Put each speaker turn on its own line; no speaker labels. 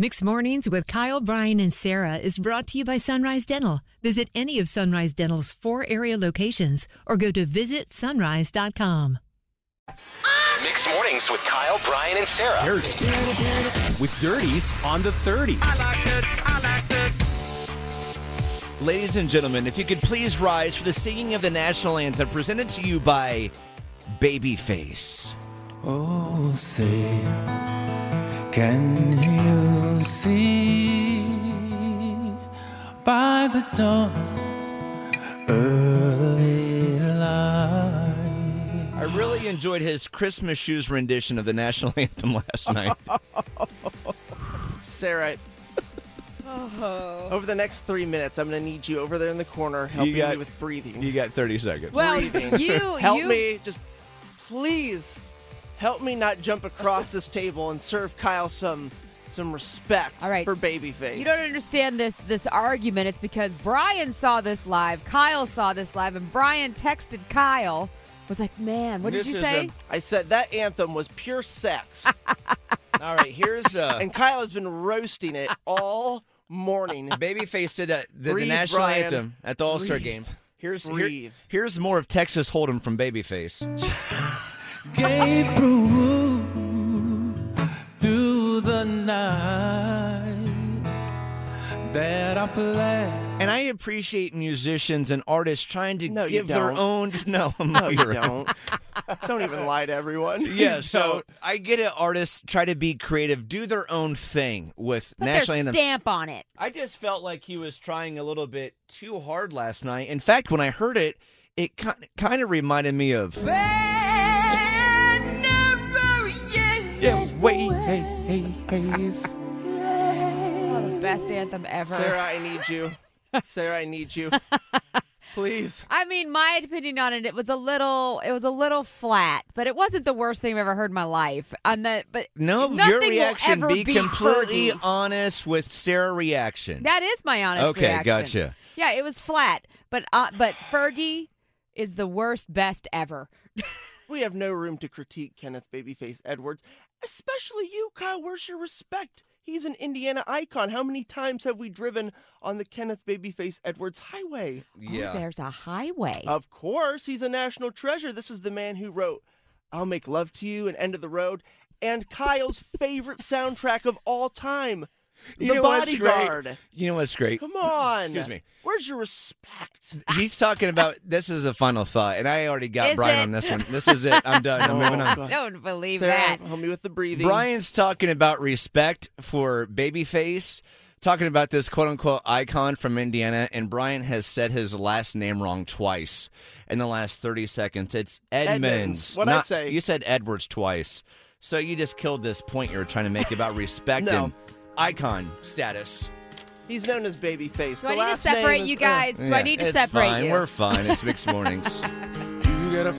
Mixed Mornings with Kyle, Brian, and Sarah is brought to you by Sunrise Dental. Visit any of Sunrise Dental's four area locations or go to visitsunrise.com.
Mix mornings with Kyle, Brian, and Sarah.
Dirt. With Dirties on the 30s.
Ladies and gentlemen, if you could please rise for the singing of the national anthem presented to you by Babyface.
Oh, say, can you see by the dawn's early light?
I really enjoyed his Christmas shoes rendition of the national anthem last night.
Sarah.
Oh.
Over the next three minutes, I'm going to need you over there in the corner helping
You got-
me with breathing.
You got 30 seconds.
Well,
Breathing.
you
help
you
me, just please help me not jump across this table and serve Kyle some some respect
All right,
for
s-
babyface.
You don't understand this this argument. It's because Brian saw this live, Kyle saw this live, and Brian texted Kyle. Was like, man, what did
This
you
is
say?
a- I said that anthem was pure sex,
All right, here's uh,
and Kyle has been roasting it all morning.
Babyface did that, the, the
Breathe,
national
Brian.
anthem at the All Star
Breathe.
game. Here's here-
Breathe.
here's more of Texas Hold'em from Babyface.
gave through through the night that I planned.
And I appreciate musicians and artists trying to
No, you
give their
don't.
own. No, I'm
No,
not
you don't. don't even lie to everyone.
Yeah, so I get it. Artists try to be creative, do their own thing with
Put
national
their
anthem.
stamp on it.
I just felt like he was trying a little bit too hard last night. In fact, when I heard it, it kind of reminded me of. Yeah, wait, hey, hey, hey.
Oh, the best anthem ever.
Sarah, I need you. Sarah, I need you. Please.
I mean, my opinion on it, it was a little, it was a little flat, but it wasn't the worst thing I've ever heard in my life. On the, but
No,
nothing
your reaction.
Will ever
Be
beat
completely
Fergie.
honest with Sarah reaction.
That is my honest
Okay,
reaction.
gotcha.
Yeah, it was flat, but uh, but Fergie is the worst best ever. Oh,
We have no room to critique Kenneth Babyface Edwards, especially you, Kyle. Where's your respect? He's an Indiana icon. How many times have we driven on the Kenneth Babyface Edwards Highway?
yeah. Oh,
Oh, there's a highway.
Of course, he's a national treasure. This is the man who wrote I'll Make Love to You and End of the Road and Kyle's favorite soundtrack of all time.
You
the
know what's great?
bodyguard.
You know what's great?
Come on.
Excuse me.
Where's your respect?
He's talking about this is a final thought, and I already got
Is
Brian
it?
on this one. This is it. I'm done. I'm moving on.
God.
I don't believe
Sarah,
that.
help me with the breathing.
Brian's talking about respect for Babyface, talking about this quote unquote icon from Indiana, and Brian has said his last name wrong twice in the last 30 seconds. It's Edmonds.
Edmonds. What'd I
not-
say?
You said Edwards twice. So you just killed this point you were trying to make about respect
No.
and icon status.
He's known as Babyface. The
Do I need to
last name
separate
is-
you guys? Do I
uh, Yeah,
need to
it's
separate
fine.
you?
We're fine. It's mixed mornings.
You gotta